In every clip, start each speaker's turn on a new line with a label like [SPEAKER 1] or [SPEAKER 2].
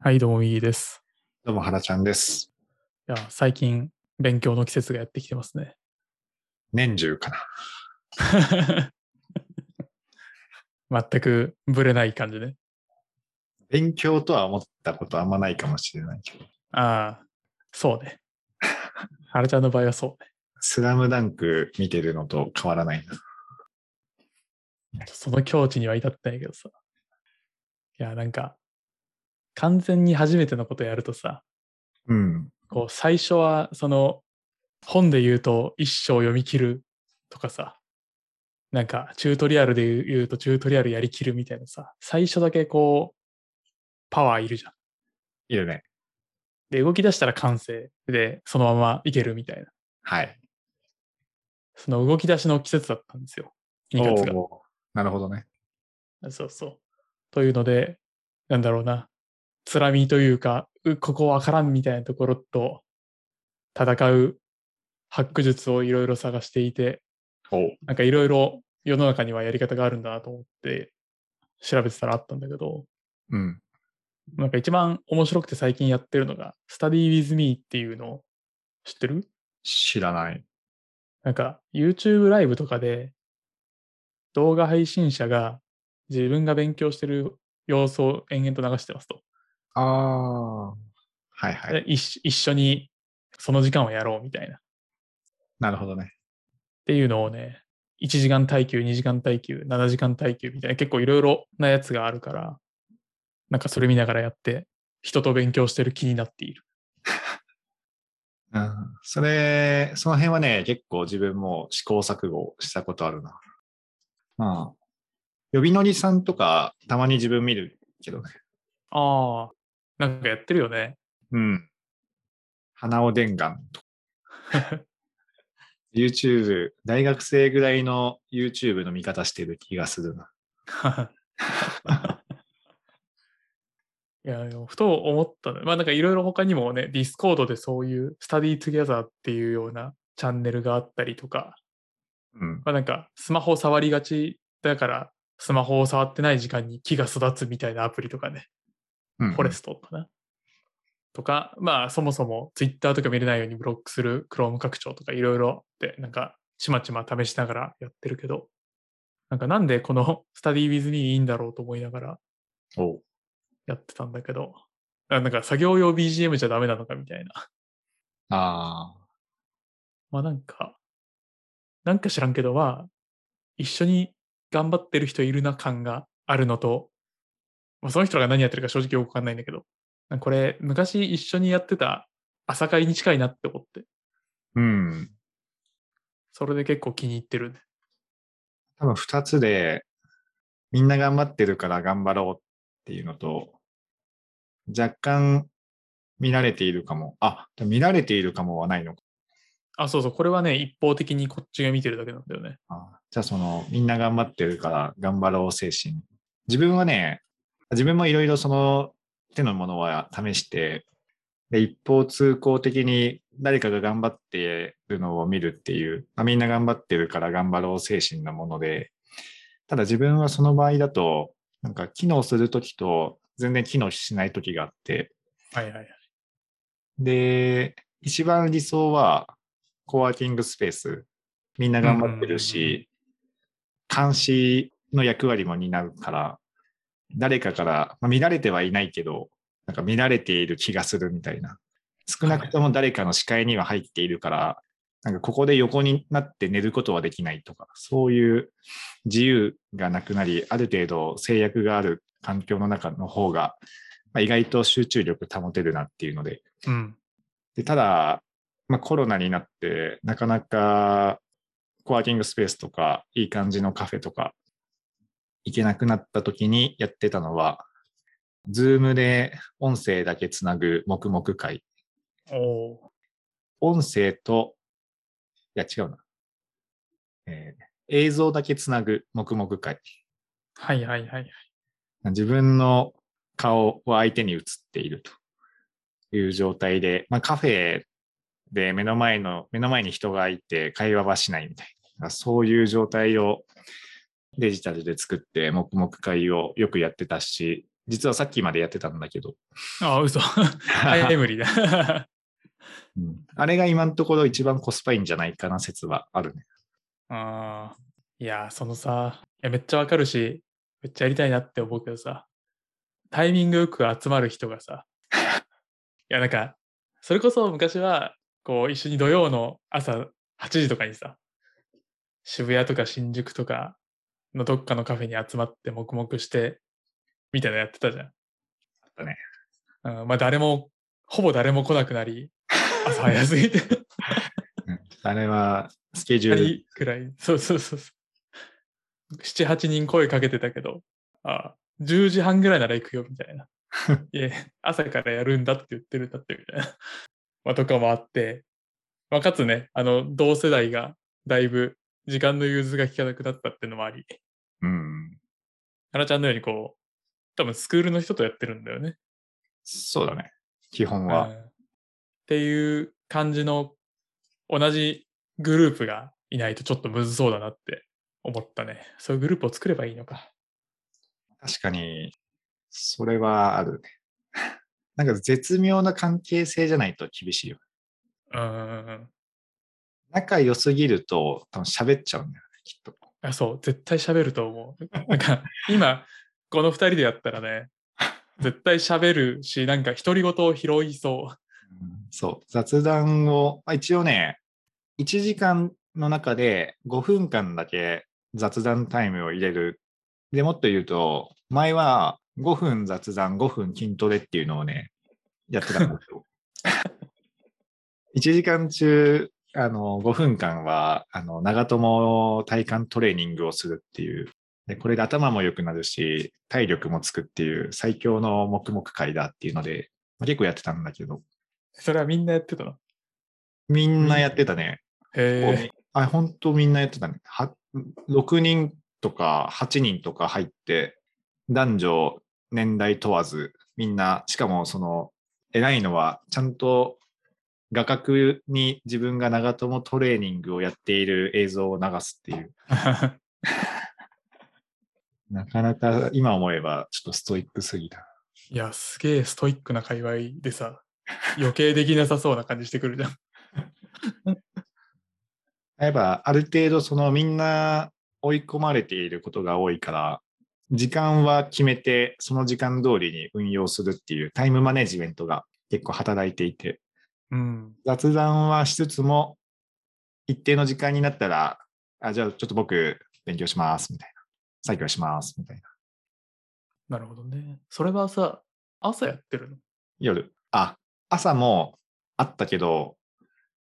[SPEAKER 1] はい、どうも、右です。
[SPEAKER 2] どうも、原ちゃんです。
[SPEAKER 1] いや、最近、勉強の季節がやってきてますね。
[SPEAKER 2] 年中かな。
[SPEAKER 1] 全くぶれない感じね。
[SPEAKER 2] 勉強とは思ったことあんまないかもしれないけど。
[SPEAKER 1] ああ、そうね。原ちゃんの場合はそう
[SPEAKER 2] スラムダンク見てるのと変わらないな。
[SPEAKER 1] ね。その境地には至ってないけどさ。いや、なんか、完全に初めてのことやるとさ、
[SPEAKER 2] うん。
[SPEAKER 1] こう、最初は、その、本で言うと一章読み切るとかさ、なんか、チュートリアルで言う言うとチュートリアルやりきるみたいなさ、最初だけこう、パワーいるじゃん。
[SPEAKER 2] いるね。
[SPEAKER 1] で、動き出したら完成で、そのままいけるみたいな。
[SPEAKER 2] はい。
[SPEAKER 1] その動き出しの季節だったんですよ。2月が。
[SPEAKER 2] おーなるほどね。
[SPEAKER 1] そうそう。というので、なんだろうな。つらみというか、うここわからんみたいなところと、戦うハック術をいろいろ探していて、
[SPEAKER 2] おー
[SPEAKER 1] なんかいろいろ世の中にはやり方があるんだなと思って調べてたらあったんだけど、
[SPEAKER 2] うん。
[SPEAKER 1] なんか一番面白くて最近やってるのが、Study with me っていうのを知ってる
[SPEAKER 2] 知らない。
[SPEAKER 1] なんか YouTube ライブとかで動画配信者が自分が勉強してる様子を延々と流してますと。
[SPEAKER 2] ああ。はいは
[SPEAKER 1] で
[SPEAKER 2] い。
[SPEAKER 1] 一緒一緒にその時間をやろうみたいな。っ
[SPEAKER 2] なるほどね。
[SPEAKER 1] ていうのをね、1時間耐久、2時間耐久、7時間耐久みたいな結構いろいろなやつがあるから、なんかそれ見ながらやって人と勉強してる気になっている。
[SPEAKER 2] うん。それ、その辺はね、結構自分も試行錯誤したことあるな。まあ。呼びのりさんとか、たまに自分見るけどね。
[SPEAKER 1] ああ、なんかやってるよね。
[SPEAKER 2] うん。花尾伝願と。YouTube、大学生ぐらいの YouTube の見方してる気がするな。
[SPEAKER 1] いや、でもふと思ったの。まあなんかいろいろ他にもね、ディスコードでそういうスタディー Together っていうようなチャンネルがあったりとか、
[SPEAKER 2] うん。
[SPEAKER 1] まあなんかスマホ触りがちだから、スマホを触ってない時間に木が育つみたいなアプリとかね、
[SPEAKER 2] うん、
[SPEAKER 1] フォレストかな。とか、まあそもそも Twitter とか見れないようにブロックする Chrome 拡張とかいろいろって、なんかちまちま試しながらやってるけど、なんかなんでこの スタディー with me いいんだろうと思いながら、
[SPEAKER 2] おう
[SPEAKER 1] やってたんだけど、あなんか作業用 BGM じゃダメなのかみたいな。
[SPEAKER 2] ああ。
[SPEAKER 1] まあなんか、なんか知らんけど、まあ、一緒に頑張ってる人いるな感があるのと、まあその人らが何やってるか正直よくわかんないんだけど、なんかこれ昔一緒にやってた朝会に近いなって思って、
[SPEAKER 2] うん。
[SPEAKER 1] それで結構気に入ってるね。
[SPEAKER 2] 多分二つで、みんな頑張ってるから頑張ろうっていうのと、若干見られているかも。あ、でも見られているかもはないのか。
[SPEAKER 1] あ、そうそう、これはね、一方的にこっちが見てるだけなんだよね。
[SPEAKER 2] あじゃあそのみんな頑張ってるから頑張ろう精神。自分はね、自分もいろいろその手のものは試して、で一方通行的に誰かが頑張ってるのを見るっていう、まあ、みんな頑張ってるから頑張ろう精神なもので、ただ自分はその場合だと、なんか機能するときと全然機能しないときがあって、
[SPEAKER 1] はいはいはい。
[SPEAKER 2] で、一番理想は、コワーキングスペース。みんな頑張
[SPEAKER 1] う
[SPEAKER 2] ってる
[SPEAKER 1] んうんうん
[SPEAKER 2] し、監視の役割も担うから、誰かから、まあ、見られてはいないけど、なんか見られている気がするみたいな。少なくとも誰かの視界には入っているから、なんかここで横になって寝ることはできないとか、そういう自由がなくなり、ある程度制約がある環境の中の方が、まあ、意外と集中力保てるなっていうので、
[SPEAKER 1] うん。
[SPEAKER 2] で、ただ、まあ、コロナになって、なかなかコワーキングスペースとか、いい感じのカフェとか、行けなくなった時にやってたのは、ズームで音声だけつなぐ黙々会。
[SPEAKER 1] おお
[SPEAKER 2] 音声と、いや、違うな。えー映像だけつなぐ黙々会。
[SPEAKER 1] ー。はいはいはいはい。
[SPEAKER 2] 自分の顔は相手に映っているという状態で、まあ、カフェで目の前の、目の前に人がいて会話はしないみたいな、そういう状態をデジタルで作って、黙々会をよくやってたし、実はさっきまでやってたんだけど、
[SPEAKER 1] ああ、 嘘。 早い無理だ。
[SPEAKER 2] うんあれが今のところ一番コスパいいんじゃないかな説はあるね。
[SPEAKER 1] ああ。いやー、そのさ、いや、めっちゃわかるし、めっちゃやりたいなって思うけどさ、タイミングよく集まる人がさ、 いや、なんか、それこそ昔は、こう、一緒に土曜の朝8時とかにさ、渋谷とか新宿とかのどっかのカフェに集まって黙々して、みたいなのやってたじゃん。
[SPEAKER 2] あったね。
[SPEAKER 1] うん、まあ、誰も、ほぼ誰も来なくなり、朝早すぎて。
[SPEAKER 2] うんあれはスケジュール
[SPEAKER 1] 人くらい。そうそうそうそう。7、8人声かけてたけど、あ10時半ぐらいなら行くよみたいな。いえ、朝からやるんだって言ってるんだってみたいな。まあ、とかもあって、まあ、かつね、あの、同世代がだいぶ時間の融通が利かなくなったっていうのもあり、
[SPEAKER 2] うん。
[SPEAKER 1] あらちゃんのようにこう、多分スクールの人とやってるんだよね。
[SPEAKER 2] そうだね。基本
[SPEAKER 1] う
[SPEAKER 2] は。
[SPEAKER 1] んっていう感じの同じグループがいないとちょっとむずそうだなって思ったね。そういうグループを作ればいいのか。
[SPEAKER 2] 確かに、それはあるね。 なんか絶妙な関係性じゃないと厳しいよ。
[SPEAKER 1] うんうんうん。
[SPEAKER 2] 仲良すぎると多分喋っちゃうんだよね、きっと。
[SPEAKER 1] あそう、絶対喋ると思う。 なんか今、この2人でやったらね、絶対喋るし、なんか独り言を拾いそう。
[SPEAKER 2] うんそう。雑談を、まあ、一応ね、1時間の中で5分間だけ雑談タイムを入れる。でもっと言うと、前は5分雑談、5分筋トレっていうのをね、やってたんだけど。1時間中、あの、5分間は、あの、長友体幹トレーニングをするっていう。で、これで頭も良くなるし、体力もつくっていう最強の黙々会だっていうので、まあ結構やってたんだけど、
[SPEAKER 1] それはみんなやってたの。
[SPEAKER 2] みんなやってたね。
[SPEAKER 1] へえ。
[SPEAKER 2] あ、本当みんなやってたね。は6人とか8人とか入って、男女、年代問わず、みんな、しかもその、偉いのは、ちゃんと画角に自分が長友トレーニングをやっている映像を流すっていう、なかなか今思えばちょっとストイックすぎた。
[SPEAKER 1] いや、すげえストイックな界隈でさ、余計できなさそうな感じしてくるじゃん。
[SPEAKER 2] やっぱある程度そのみんな追い込まれていることが多いから、時間は決めて、その時間通りに運用するっていうタイムマネジメントが結構働いていて、
[SPEAKER 1] うん。
[SPEAKER 2] 雑談はしつつも、一定の時間になったら、あ、じゃあちょっと僕勉強しますみたいな。作業しますみたい
[SPEAKER 1] な
[SPEAKER 2] な。
[SPEAKER 1] るほどね。それはさ、朝やってるの
[SPEAKER 2] 夜。あ、朝もあったけど、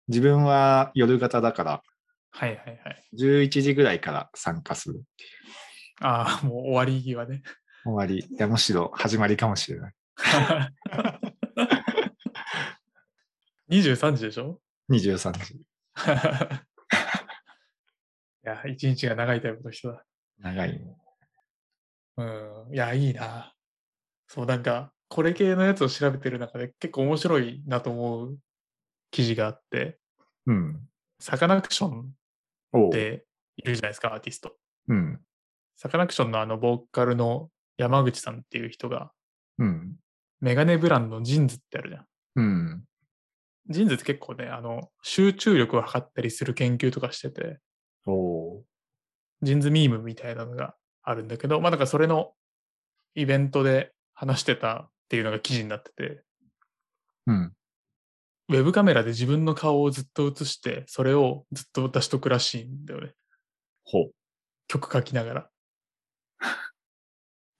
[SPEAKER 2] 自分は夜型だから、
[SPEAKER 1] はいはいはい。
[SPEAKER 2] 11時ぐらいから参加する。
[SPEAKER 1] ああ、もう終わり際ね。
[SPEAKER 2] 終わり。いや、むしろ始まりかもしれない。
[SPEAKER 1] 23時でしょ
[SPEAKER 2] 23時。
[SPEAKER 1] いや、一日が長いタイプの人だ。
[SPEAKER 2] 長いね。
[SPEAKER 1] うん。いや、いいな。そう、なんか、これ系のやつを調べてる中で結構面白いなと思う記事があって、
[SPEAKER 2] うん。
[SPEAKER 1] サカナクション
[SPEAKER 2] おう
[SPEAKER 1] っているじゃないですか、アーティスト。
[SPEAKER 2] うん。
[SPEAKER 1] サカナクションのあの、ボーカルの山口さんっていう人が、
[SPEAKER 2] うん。
[SPEAKER 1] メガネブランドのジーンズってあるじゃん。
[SPEAKER 2] うん。
[SPEAKER 1] ジーンズって結構ね、あの、集中力を測ったりする研究とかしてて、
[SPEAKER 2] おう
[SPEAKER 1] ジーンズミームみたいなのがあるんだけど、まあなんかそれのイベントで話してたっていうのが記事になってて、
[SPEAKER 2] うん。
[SPEAKER 1] ウェブカメラで自分の顔をずっと映して、それをずっと出しとくらしいんだよね。
[SPEAKER 2] ほう。
[SPEAKER 1] 曲書きながら。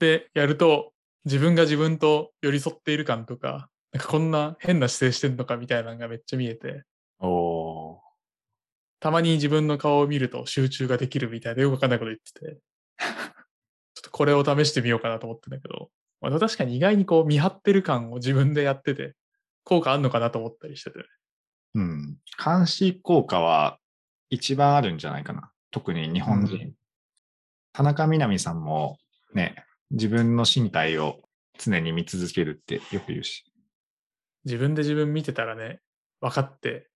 [SPEAKER 1] で、やると自分が自分と寄り添っている感とか、なんかこんな変な姿勢してんのかみたいなのがめっちゃ見えて、
[SPEAKER 2] おう
[SPEAKER 1] たまに自分の顔を見ると集中ができるみたいでよくわかんないこと言ってて、ちょっとこれを試してみようかなと思ってんだけど、まあ、確かに意外にこう見張ってる感を自分でやってて、効果あんのかなと思ったりしてて。
[SPEAKER 2] うん。監視効果は一番あるんじゃないかな。特に日本人。
[SPEAKER 1] う
[SPEAKER 2] 田中みな実さんもね、自分の身体を常に見続けるってよく言うし。
[SPEAKER 1] 自分で自分見てたらね、分かって、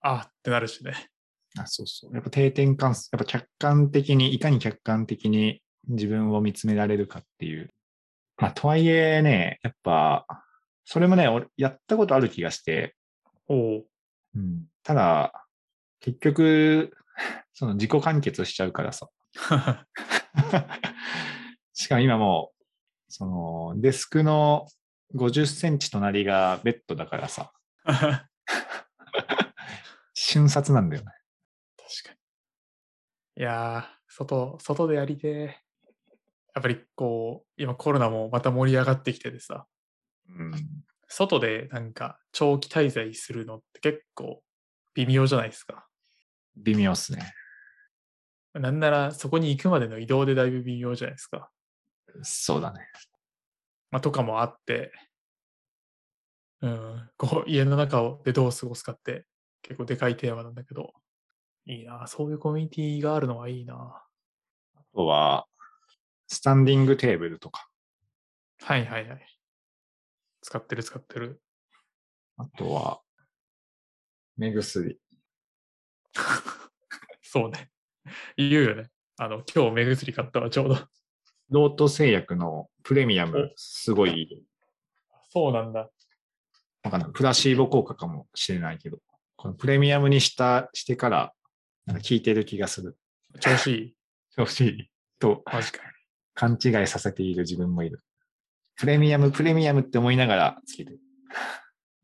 [SPEAKER 1] ああってなるしね。
[SPEAKER 2] あそうそう。やっぱ定点観察、やっぱ客観的に、いかに客観的に自分を見つめられるかっていうまあ、とはいえね、やっぱ、それもね、俺やったことある気がして、
[SPEAKER 1] おう
[SPEAKER 2] うん、ただ、結局、 その自己完結しちゃうからさ。 しかも今もう、そのデスクの50センチ隣がベッドだからさ、
[SPEAKER 1] 確か
[SPEAKER 2] 瞬殺なんだよね。
[SPEAKER 1] に。いやー、外、外でやりてーやっぱりこう、今コロナもまた盛り上がってきててさ、
[SPEAKER 2] うん、
[SPEAKER 1] 外でなんか長期滞在するのって結構微妙じゃないですか。
[SPEAKER 2] 微妙っすね。
[SPEAKER 1] なんならそこに行くまでの移動でだいぶ微妙じゃないですか。
[SPEAKER 2] そうだね。
[SPEAKER 1] まあ、とかもあって、うん、こう家の中をでどう過ごすかって結構でかいテーマなんだけど、いいな、そういうコミュニティがあるのはいいな。
[SPEAKER 2] あとは、スタンディングテーブルとか、
[SPEAKER 1] はいはいはい。使ってる使ってる。
[SPEAKER 2] あとは、目薬。
[SPEAKER 1] そうね。言うよね。あの、今日目薬買ったわ、ちょうど。
[SPEAKER 2] ロート製薬のプレミアム、すごい、
[SPEAKER 1] そうなんだ。
[SPEAKER 2] わかんない。プラシーボ効果かもしれないけど、このプレミアムにした、してから、なんか効いてる気がする。
[SPEAKER 1] 調子いい。
[SPEAKER 2] 調子いいと
[SPEAKER 1] マジかよ。
[SPEAKER 2] 勘違いさせている自分もいる。プレミアム、プレミアムって思いながらつけてる。
[SPEAKER 1] い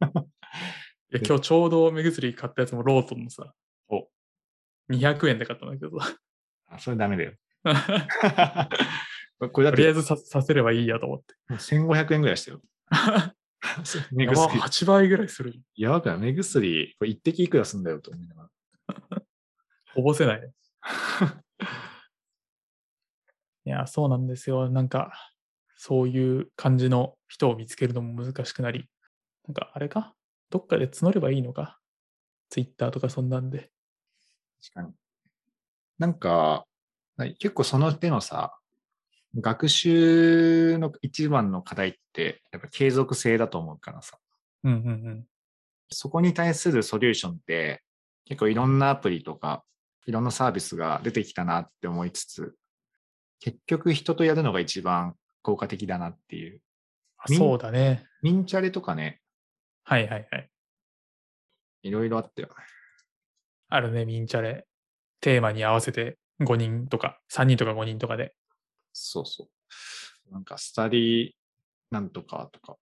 [SPEAKER 1] や、今日ちょうど目薬買ったやつもロートンのさ、
[SPEAKER 2] お
[SPEAKER 1] 200円で買ったんだけどさ。
[SPEAKER 2] あそれダメだよ。 これ
[SPEAKER 1] とりあえ
[SPEAKER 2] だっ
[SPEAKER 1] ず
[SPEAKER 2] て
[SPEAKER 1] ささせればいいやと思 って。
[SPEAKER 2] 1500円ぐらいしたよ。 目
[SPEAKER 1] やば
[SPEAKER 2] 薬。
[SPEAKER 1] 8倍ぐらいする。
[SPEAKER 2] やばくない目薬、これ一滴いくらすんだよと思いながら。
[SPEAKER 1] こぼせないね。 いや、そうなんですよ。なんか、そういう感じの人を見つけるのも難しくなり、なんか、あれかどっかで募ればいいのかツイッターとかそんなんで。
[SPEAKER 2] 確かに。なんか、ない結構その手のさ、学習の一番の課題って、やっぱ継続性だと思うからさ、
[SPEAKER 1] うんうんうん。
[SPEAKER 2] そこに対するソリューションって、結構いろんなアプリとか、いろんなサービスが出てきたなって思いつつ、結局人とやるのが一番効果的だなっていう。
[SPEAKER 1] あ
[SPEAKER 2] みん
[SPEAKER 1] そうだね。
[SPEAKER 2] ミンチャレとかね、
[SPEAKER 1] はいはいはい。
[SPEAKER 2] いろいろあったよね。
[SPEAKER 1] あるね、ミンチャレ。テーマに合わせて5人とか、3人とか5人とかで。
[SPEAKER 2] そうそう。なんか、スタディなんとかとか、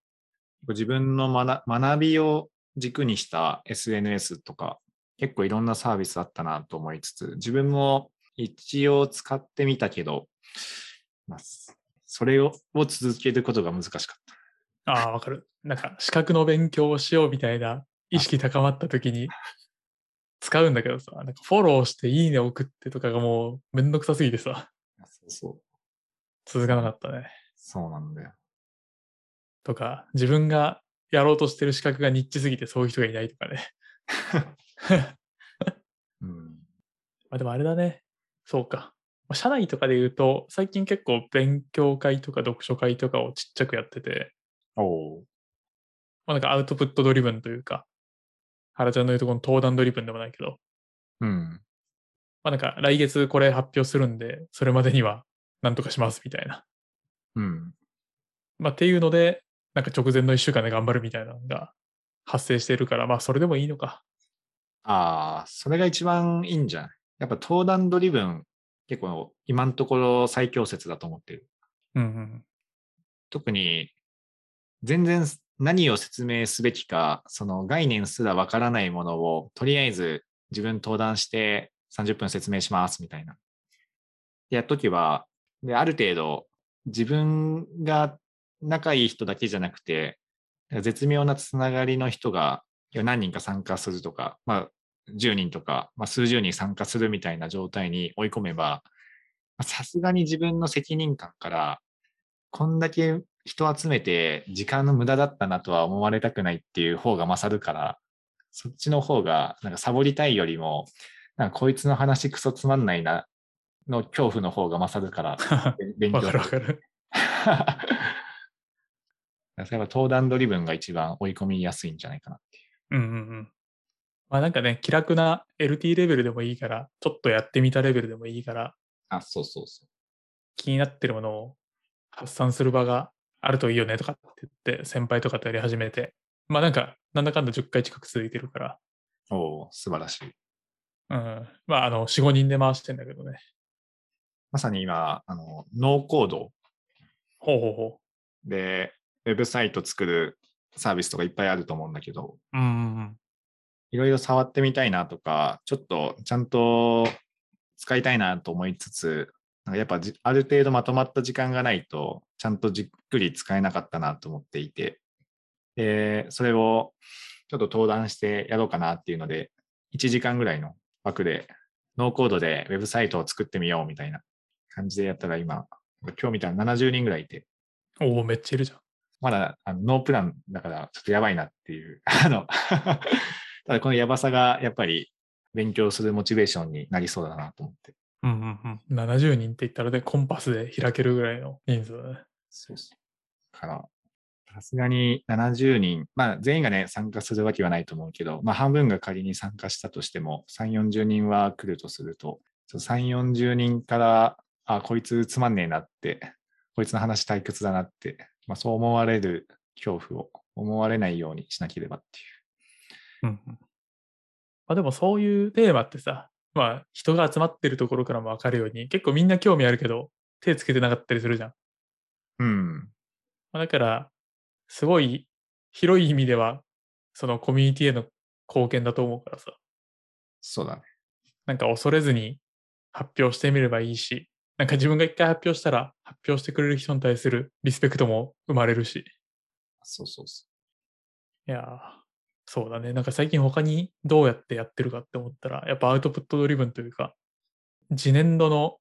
[SPEAKER 2] 自分の学学びを軸にした SNS とか、結構いろんなサービスあったなと思いつつ、自分も一応使ってみたけど、まあ、それをを続けることが難しかっ
[SPEAKER 1] ああ、わかる。なんか、資格の勉強をしようみたいな意識高まった時に、使うんだけどさ、なんかフォローしていいね送ってとかがもうめんどくさすぎてさ、
[SPEAKER 2] た。そうそう。
[SPEAKER 1] 続かなかったね。
[SPEAKER 2] そうなんだよ。
[SPEAKER 1] とか、自分がやろうとしてる資格がニッチすぎてそういう人がいないとかね。
[SPEAKER 2] うん。
[SPEAKER 1] まあでもあれだね。そうか。まあ社内とかで言うと、最近結構勉強会とか読書会とかをちっちゃくやってて、
[SPEAKER 2] おう
[SPEAKER 1] まあなんかアウトプットドリブンというか、原ちゃんの言うとこの登壇ドリブンでもないけど、
[SPEAKER 2] うん。
[SPEAKER 1] まあなんか来月これ発表するんで、それまでにはなんとかしますみたいな。
[SPEAKER 2] うん。
[SPEAKER 1] まあっていうので、なんか直前の1週間で頑張るみたいなのが発生しているから、まあそれでもいいのか。
[SPEAKER 2] ああ、それが一番いいんじゃないやっぱ登壇ドリブン、結構今のところ最強説だと思ってる。
[SPEAKER 1] うんうん。
[SPEAKER 2] 特に全然何を説明すべきか、その概念すらわからないものを、とりあえず自分登壇して30分説明しますみたいな。でやっとけば、である程度自分が仲いい人だけじゃなくて、絶妙なつながりの人が何人か参加するとか、まあ、10人とか、まあ、数十人参加するみたいな状態に追い込めば、まあさすがに自分の責任感から、こんだけ人集めて時間の無駄だったなとは思われたくないっていう方が勝るから、そっちの方がなんかサボりたいよりも、なんかこいつの話クソつまんないなの恐怖の方が勝るから、勉強
[SPEAKER 1] わかるわ かる。
[SPEAKER 2] だからやっぱ登壇ドリブンが一番追い込みやすいんじゃないかなってい
[SPEAKER 1] うんうんうん。まあなんかね、気楽な LT レベルでもいいから、ちょっとやってみたレベルでもいいから、
[SPEAKER 2] う。あ、そうそうそ
[SPEAKER 1] 気になってるものを発散する場があるといいよねとかって言って、先輩とかとやり始めて、まあなんか、なんだかんだ10回近く続いてるから、
[SPEAKER 2] おお素晴らしい。
[SPEAKER 1] うん。まあ、あの、4、5人で回してんだけどね。
[SPEAKER 2] まさに今、あの、ノーコード
[SPEAKER 1] ほうほうほ
[SPEAKER 2] で、ウェブサイト作るサービスとかいっぱいあると思うんだけど、
[SPEAKER 1] う。うんうんうん。
[SPEAKER 2] いろいろ触ってみたいなとか、ちょっとちゃんと使いたいなと思いつつ、なんかやっぱじある程度まとまった時間がないと、ちゃんとじっくり使えなかったなと思っていて、でそれをちょっと登壇してやろうかなっていうので、1時間ぐらいの枠で、ノーコードでウェブサイトを作ってみようみたいな感じでやったら今、今日見たら70人ぐらいいて、
[SPEAKER 1] おお、めっちゃいるじゃん。
[SPEAKER 2] まだあのノープランだからちょっとやばいなっていう、 あの、ただこのやばさがやっぱり勉強するモチベーションになりそうだなと思って。
[SPEAKER 1] うんうんうん。70人って言ったらね、コンパスで開けるぐらいの人数だね。
[SPEAKER 2] そうそう。だから、さすがに70人、まあ全員がね、参加するわけはないと思うけど、まあ半分が仮に参加したとしても、3、40人は来るとすると、ちょっと3、40人から、あ、こいつつまんねえなって、こいつの話退屈だなって、まあそう思われる恐怖を思われないようにしなければっていう。
[SPEAKER 1] うんうん。まあでもそういうテーマってさ、まあ人が集まってるところからもわかるように、結構みんな興味あるけど、手つけてなかったりするじゃん。
[SPEAKER 2] うん。
[SPEAKER 1] まあ、だから、すごい広い意味では、そのコミュニティへの貢献だと思うからさ、
[SPEAKER 2] そうだね。
[SPEAKER 1] なんか恐れずに発表してみればいいし、なんか自分が一回発表したら、発表してくれる人に対するリスペクトも生まれるし、
[SPEAKER 2] そうそうそ
[SPEAKER 1] いやー、そうだね。なんか最近他にどうやってやってるかって思ったら、やっぱアウトプットドリブンというか、次年度の、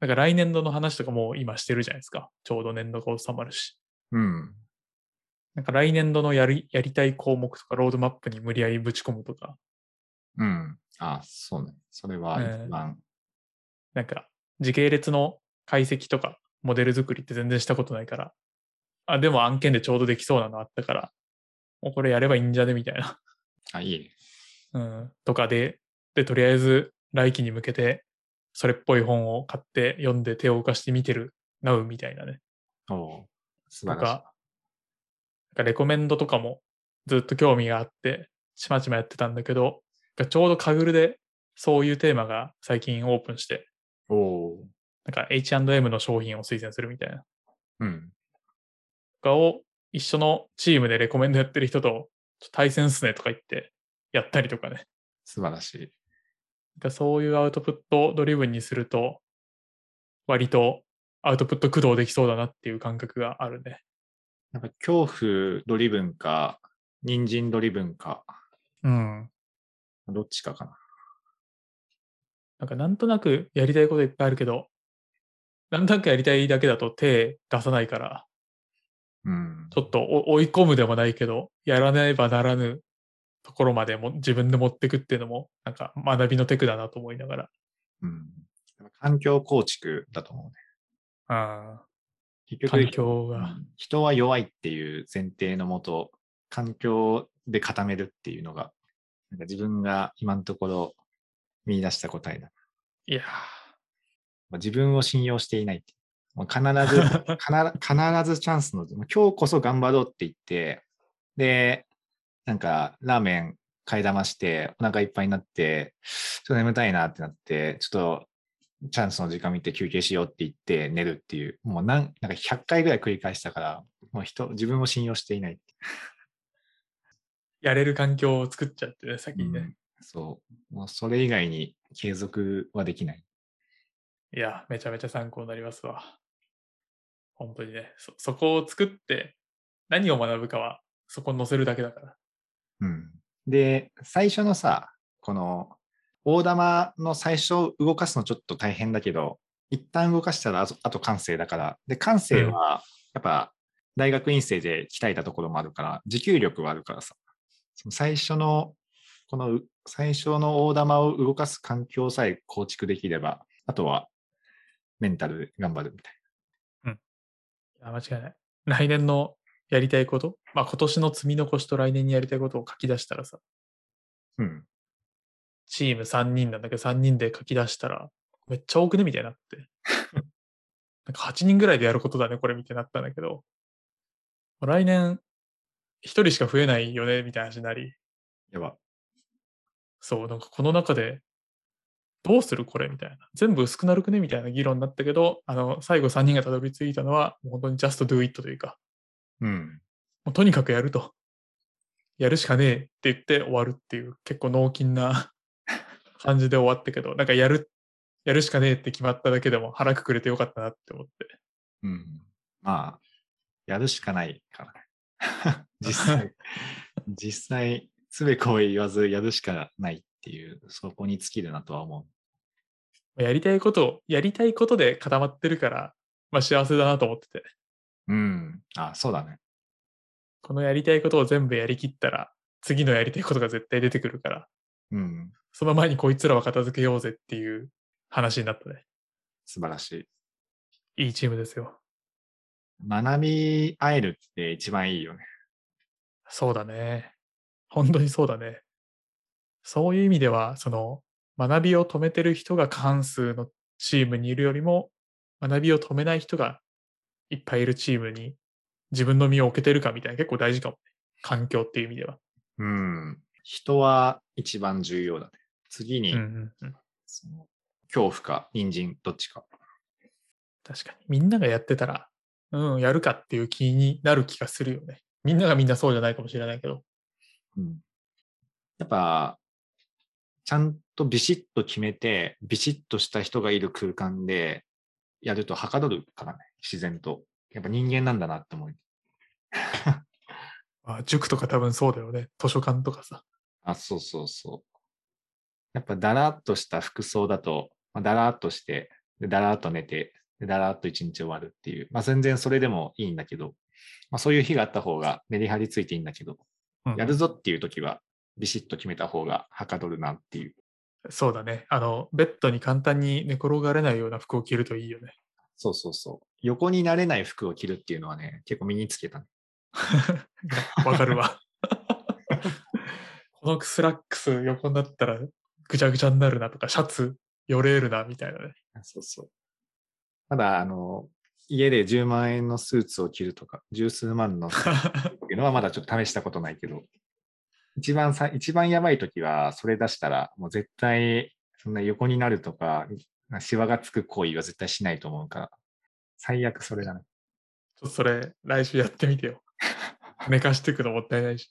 [SPEAKER 1] なんか来年度の話とかもう今してるじゃないですか。ちょうど年度が収まるし。
[SPEAKER 2] う。うん。
[SPEAKER 1] なんか来年度のやりやりたい項目とかロードマップに無理やりぶち込むとか、
[SPEAKER 2] うん。あ、そうね。それは
[SPEAKER 1] ええ
[SPEAKER 2] 一番、
[SPEAKER 1] なんか時系列の解析とかモデル作りって全然したことないから、あ、でも案件でちょうどできそうなのあったから、もうこれやればいいんじゃねみたいな。
[SPEAKER 2] あ、いいね。
[SPEAKER 1] うん、とかで、で、とりあえず来期に向けて、それっぽい本を買って読んで手を動かして見てる、なうみたいなね。
[SPEAKER 2] おう素
[SPEAKER 1] と
[SPEAKER 2] 晴らしい。
[SPEAKER 1] か、なんかレコメンドとかもずっと興味があって、ちまちまやってたんだけど、なんかちょうどカグルでそういうテーマが最近オープンして、
[SPEAKER 2] おお
[SPEAKER 1] なんか H&M の商品を推薦するみたいな。
[SPEAKER 2] う。うん。
[SPEAKER 1] とかを一緒のチームでレコメンドやってる人と、ちょっと対戦っすねとか言ってやったりとかね。
[SPEAKER 2] 素晴らしい。
[SPEAKER 1] だからそういうアウトプットドリブンにすると、割とアウトプット駆動できそうだなっていう感覚があるね。
[SPEAKER 2] なんか恐怖ドリブンか、人参ドリブンか、
[SPEAKER 1] うん。
[SPEAKER 2] どっちかかな。
[SPEAKER 1] なんかなんとなくやりたいこといっぱいあるけど、なんとなくやりたいだけだと手出さないから、
[SPEAKER 2] うん。
[SPEAKER 1] ちょっとお追い込むでもないけど、やらねばならぬところまでも自分で持ってくっていうのも、なんか学びのテクだなと思いながら。
[SPEAKER 2] うん。やっぱ環境構築だと思うね。
[SPEAKER 1] あ
[SPEAKER 2] 結
[SPEAKER 1] あ、
[SPEAKER 2] 局、
[SPEAKER 1] 環境が。
[SPEAKER 2] 人は弱いっていう前提のもと、環境で固めるっていうのが、なんか自分が今のところ見出した答えだ。
[SPEAKER 1] いや
[SPEAKER 2] まあ自分を信用していないってもう必 ず、必必ずチャンスの、もう今日こそ頑張ろうって言って、で、なんか、ラーメン買いだまして、お腹いっぱいになって、ちょっと眠たいなってなって、ちょっと、チャンスの時間見て休憩しようって言って寝るっていう、もうなんなんか100回ぐらい繰り返したから、もう人、自分を信用していないって
[SPEAKER 1] ーやれる環境を作っちゃってね、先
[SPEAKER 2] いう
[SPEAKER 1] にね。
[SPEAKER 2] そう。もうそれ以外に継続はできない。
[SPEAKER 1] いや、めちゃめちゃ参考になりますわ。本当にね、そ、そこを作って何を学ぶかはそこに載せるだけだから。
[SPEAKER 2] うんで、最初のさ、この大玉の最初動かすのちょっと大変だけど、一旦動かしたらあとあと感性だから、で、感性はやっぱ大学院生で鍛えたところもあるから、持久力はあるからさ、その最初の、このう最初の大玉を動かす環境さえ構築できれば、あとはメンタルで頑張るみたい
[SPEAKER 1] いや間違いない。来年のやりたいこと、まあ今年の積み残しと来年にやりたいことを書き出したらさ、
[SPEAKER 2] な。うん。
[SPEAKER 1] チーム3人なんだけど3人で書き出したら、めっちゃ多くねみたいになって。なんか8人ぐらいでやることだね、これみたいになったんだけど、来年、一人しか増えないよね、みたいな話になり、
[SPEAKER 2] やば。
[SPEAKER 1] そう、なんかこの中で、どうするこれみたいな。全部薄くなるくねみたいな議論になったけど、あの、最後3人がたどり着いたのは、もう本当に just do it というか、
[SPEAKER 2] うん。
[SPEAKER 1] もうとにかくやると。やるしかねえって言って終わるっていう、結構納金な感じで終わったけど、なんかやる、やるしかねえって決まっただけでも腹くくれてよかったなって思って。
[SPEAKER 2] うん。まあ、やるしかないか らね。実際、実際、つべこい言わずやるしかないっていう、そこに尽きるなとは思
[SPEAKER 1] やりたいことを、やりたいことで固まってるから、まあ幸せだなと思ってて、
[SPEAKER 2] う。うん。あ、そうだね。
[SPEAKER 1] このやりたいことを全部やりきったら、次のやりたいことが絶対出てくるから、
[SPEAKER 2] うん。
[SPEAKER 1] その前にこいつらは片付けようぜっていう話になったね。
[SPEAKER 2] 素晴らしい。
[SPEAKER 1] いいチームですよ。
[SPEAKER 2] 学び合えるって一番いいよね。
[SPEAKER 1] そうだね。本当にそうだね。そういう意味では、その、学びを止めてる人が過半数のチームにいるよりも、学びを止めない人がいっぱいいるチームに自分の身を置けてるかみたいな結構大事かもね。環境っていう意味では。
[SPEAKER 2] うん。人は一番重要だね。次に、
[SPEAKER 1] うんうんうん、
[SPEAKER 2] その恐怖か、人参、どっちか。
[SPEAKER 1] 確かに。みんながやってたら、うん、やるかっていう気になる気がするよね。みんながみんなそうじゃないかもしれないけど。
[SPEAKER 2] うん。やっぱ、ちゃんとビシッと決めて、ビシッとした人がいる空間でやるとはかどるからね、自然と。やっぱ人間なんだなって思う。
[SPEAKER 1] まあ、塾とか多分そうだよね。図書館とかさ。
[SPEAKER 2] あ、そうそうそう。やっぱだらっとした服装だと、まあ、だらっとして、でだらっと寝て、でだらっと一日終わるっていう、まあ全然それでもいいんだけど、まあそういう日があった方がメリハリついていいんだけど、
[SPEAKER 1] うん
[SPEAKER 2] やるぞっていう時はビシッと決めた方がはかどるなっていう。
[SPEAKER 1] そうだね。あの、ベッドに簡単に寝転がれないような服を着るといいよね。
[SPEAKER 2] そうそうそう。横になれない服を着るっていうのはね、結構身につけたね。
[SPEAKER 1] わかるわ。 このスラックス横になったらぐちゃぐちゃになるなとか、シャツよれるなみたいなね。
[SPEAKER 2] そうそう。ただ、あの、家で10万円のスーツを着るとか、十数万のスーツっていうのはまだちょっと試したことないけど、 一番さ、一番やばい時は、それ出したら、もう絶対、そんな横になるとか、シワがつく行為は絶対しないと思うから、最悪それだね。
[SPEAKER 1] ちょっとそれ、来週やってみてよ。寝かしていくのもったいないし。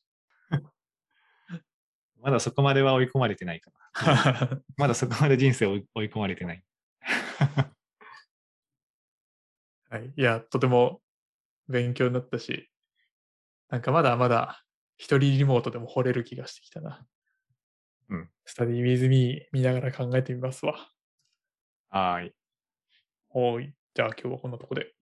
[SPEAKER 2] まだそこまでは追い込まれてないから。まだそこまで人生追い追い込まれてない。
[SPEAKER 1] はい、いや、とても勉強になったし、なんかまだまだ一人リモートでも惚れる気がしてきたな。
[SPEAKER 2] うん。
[SPEAKER 1] スタディ・ウィズ・ミー見ながら考えてみますわ。
[SPEAKER 2] はい。
[SPEAKER 1] はい。じゃあ今日はこんなとこで。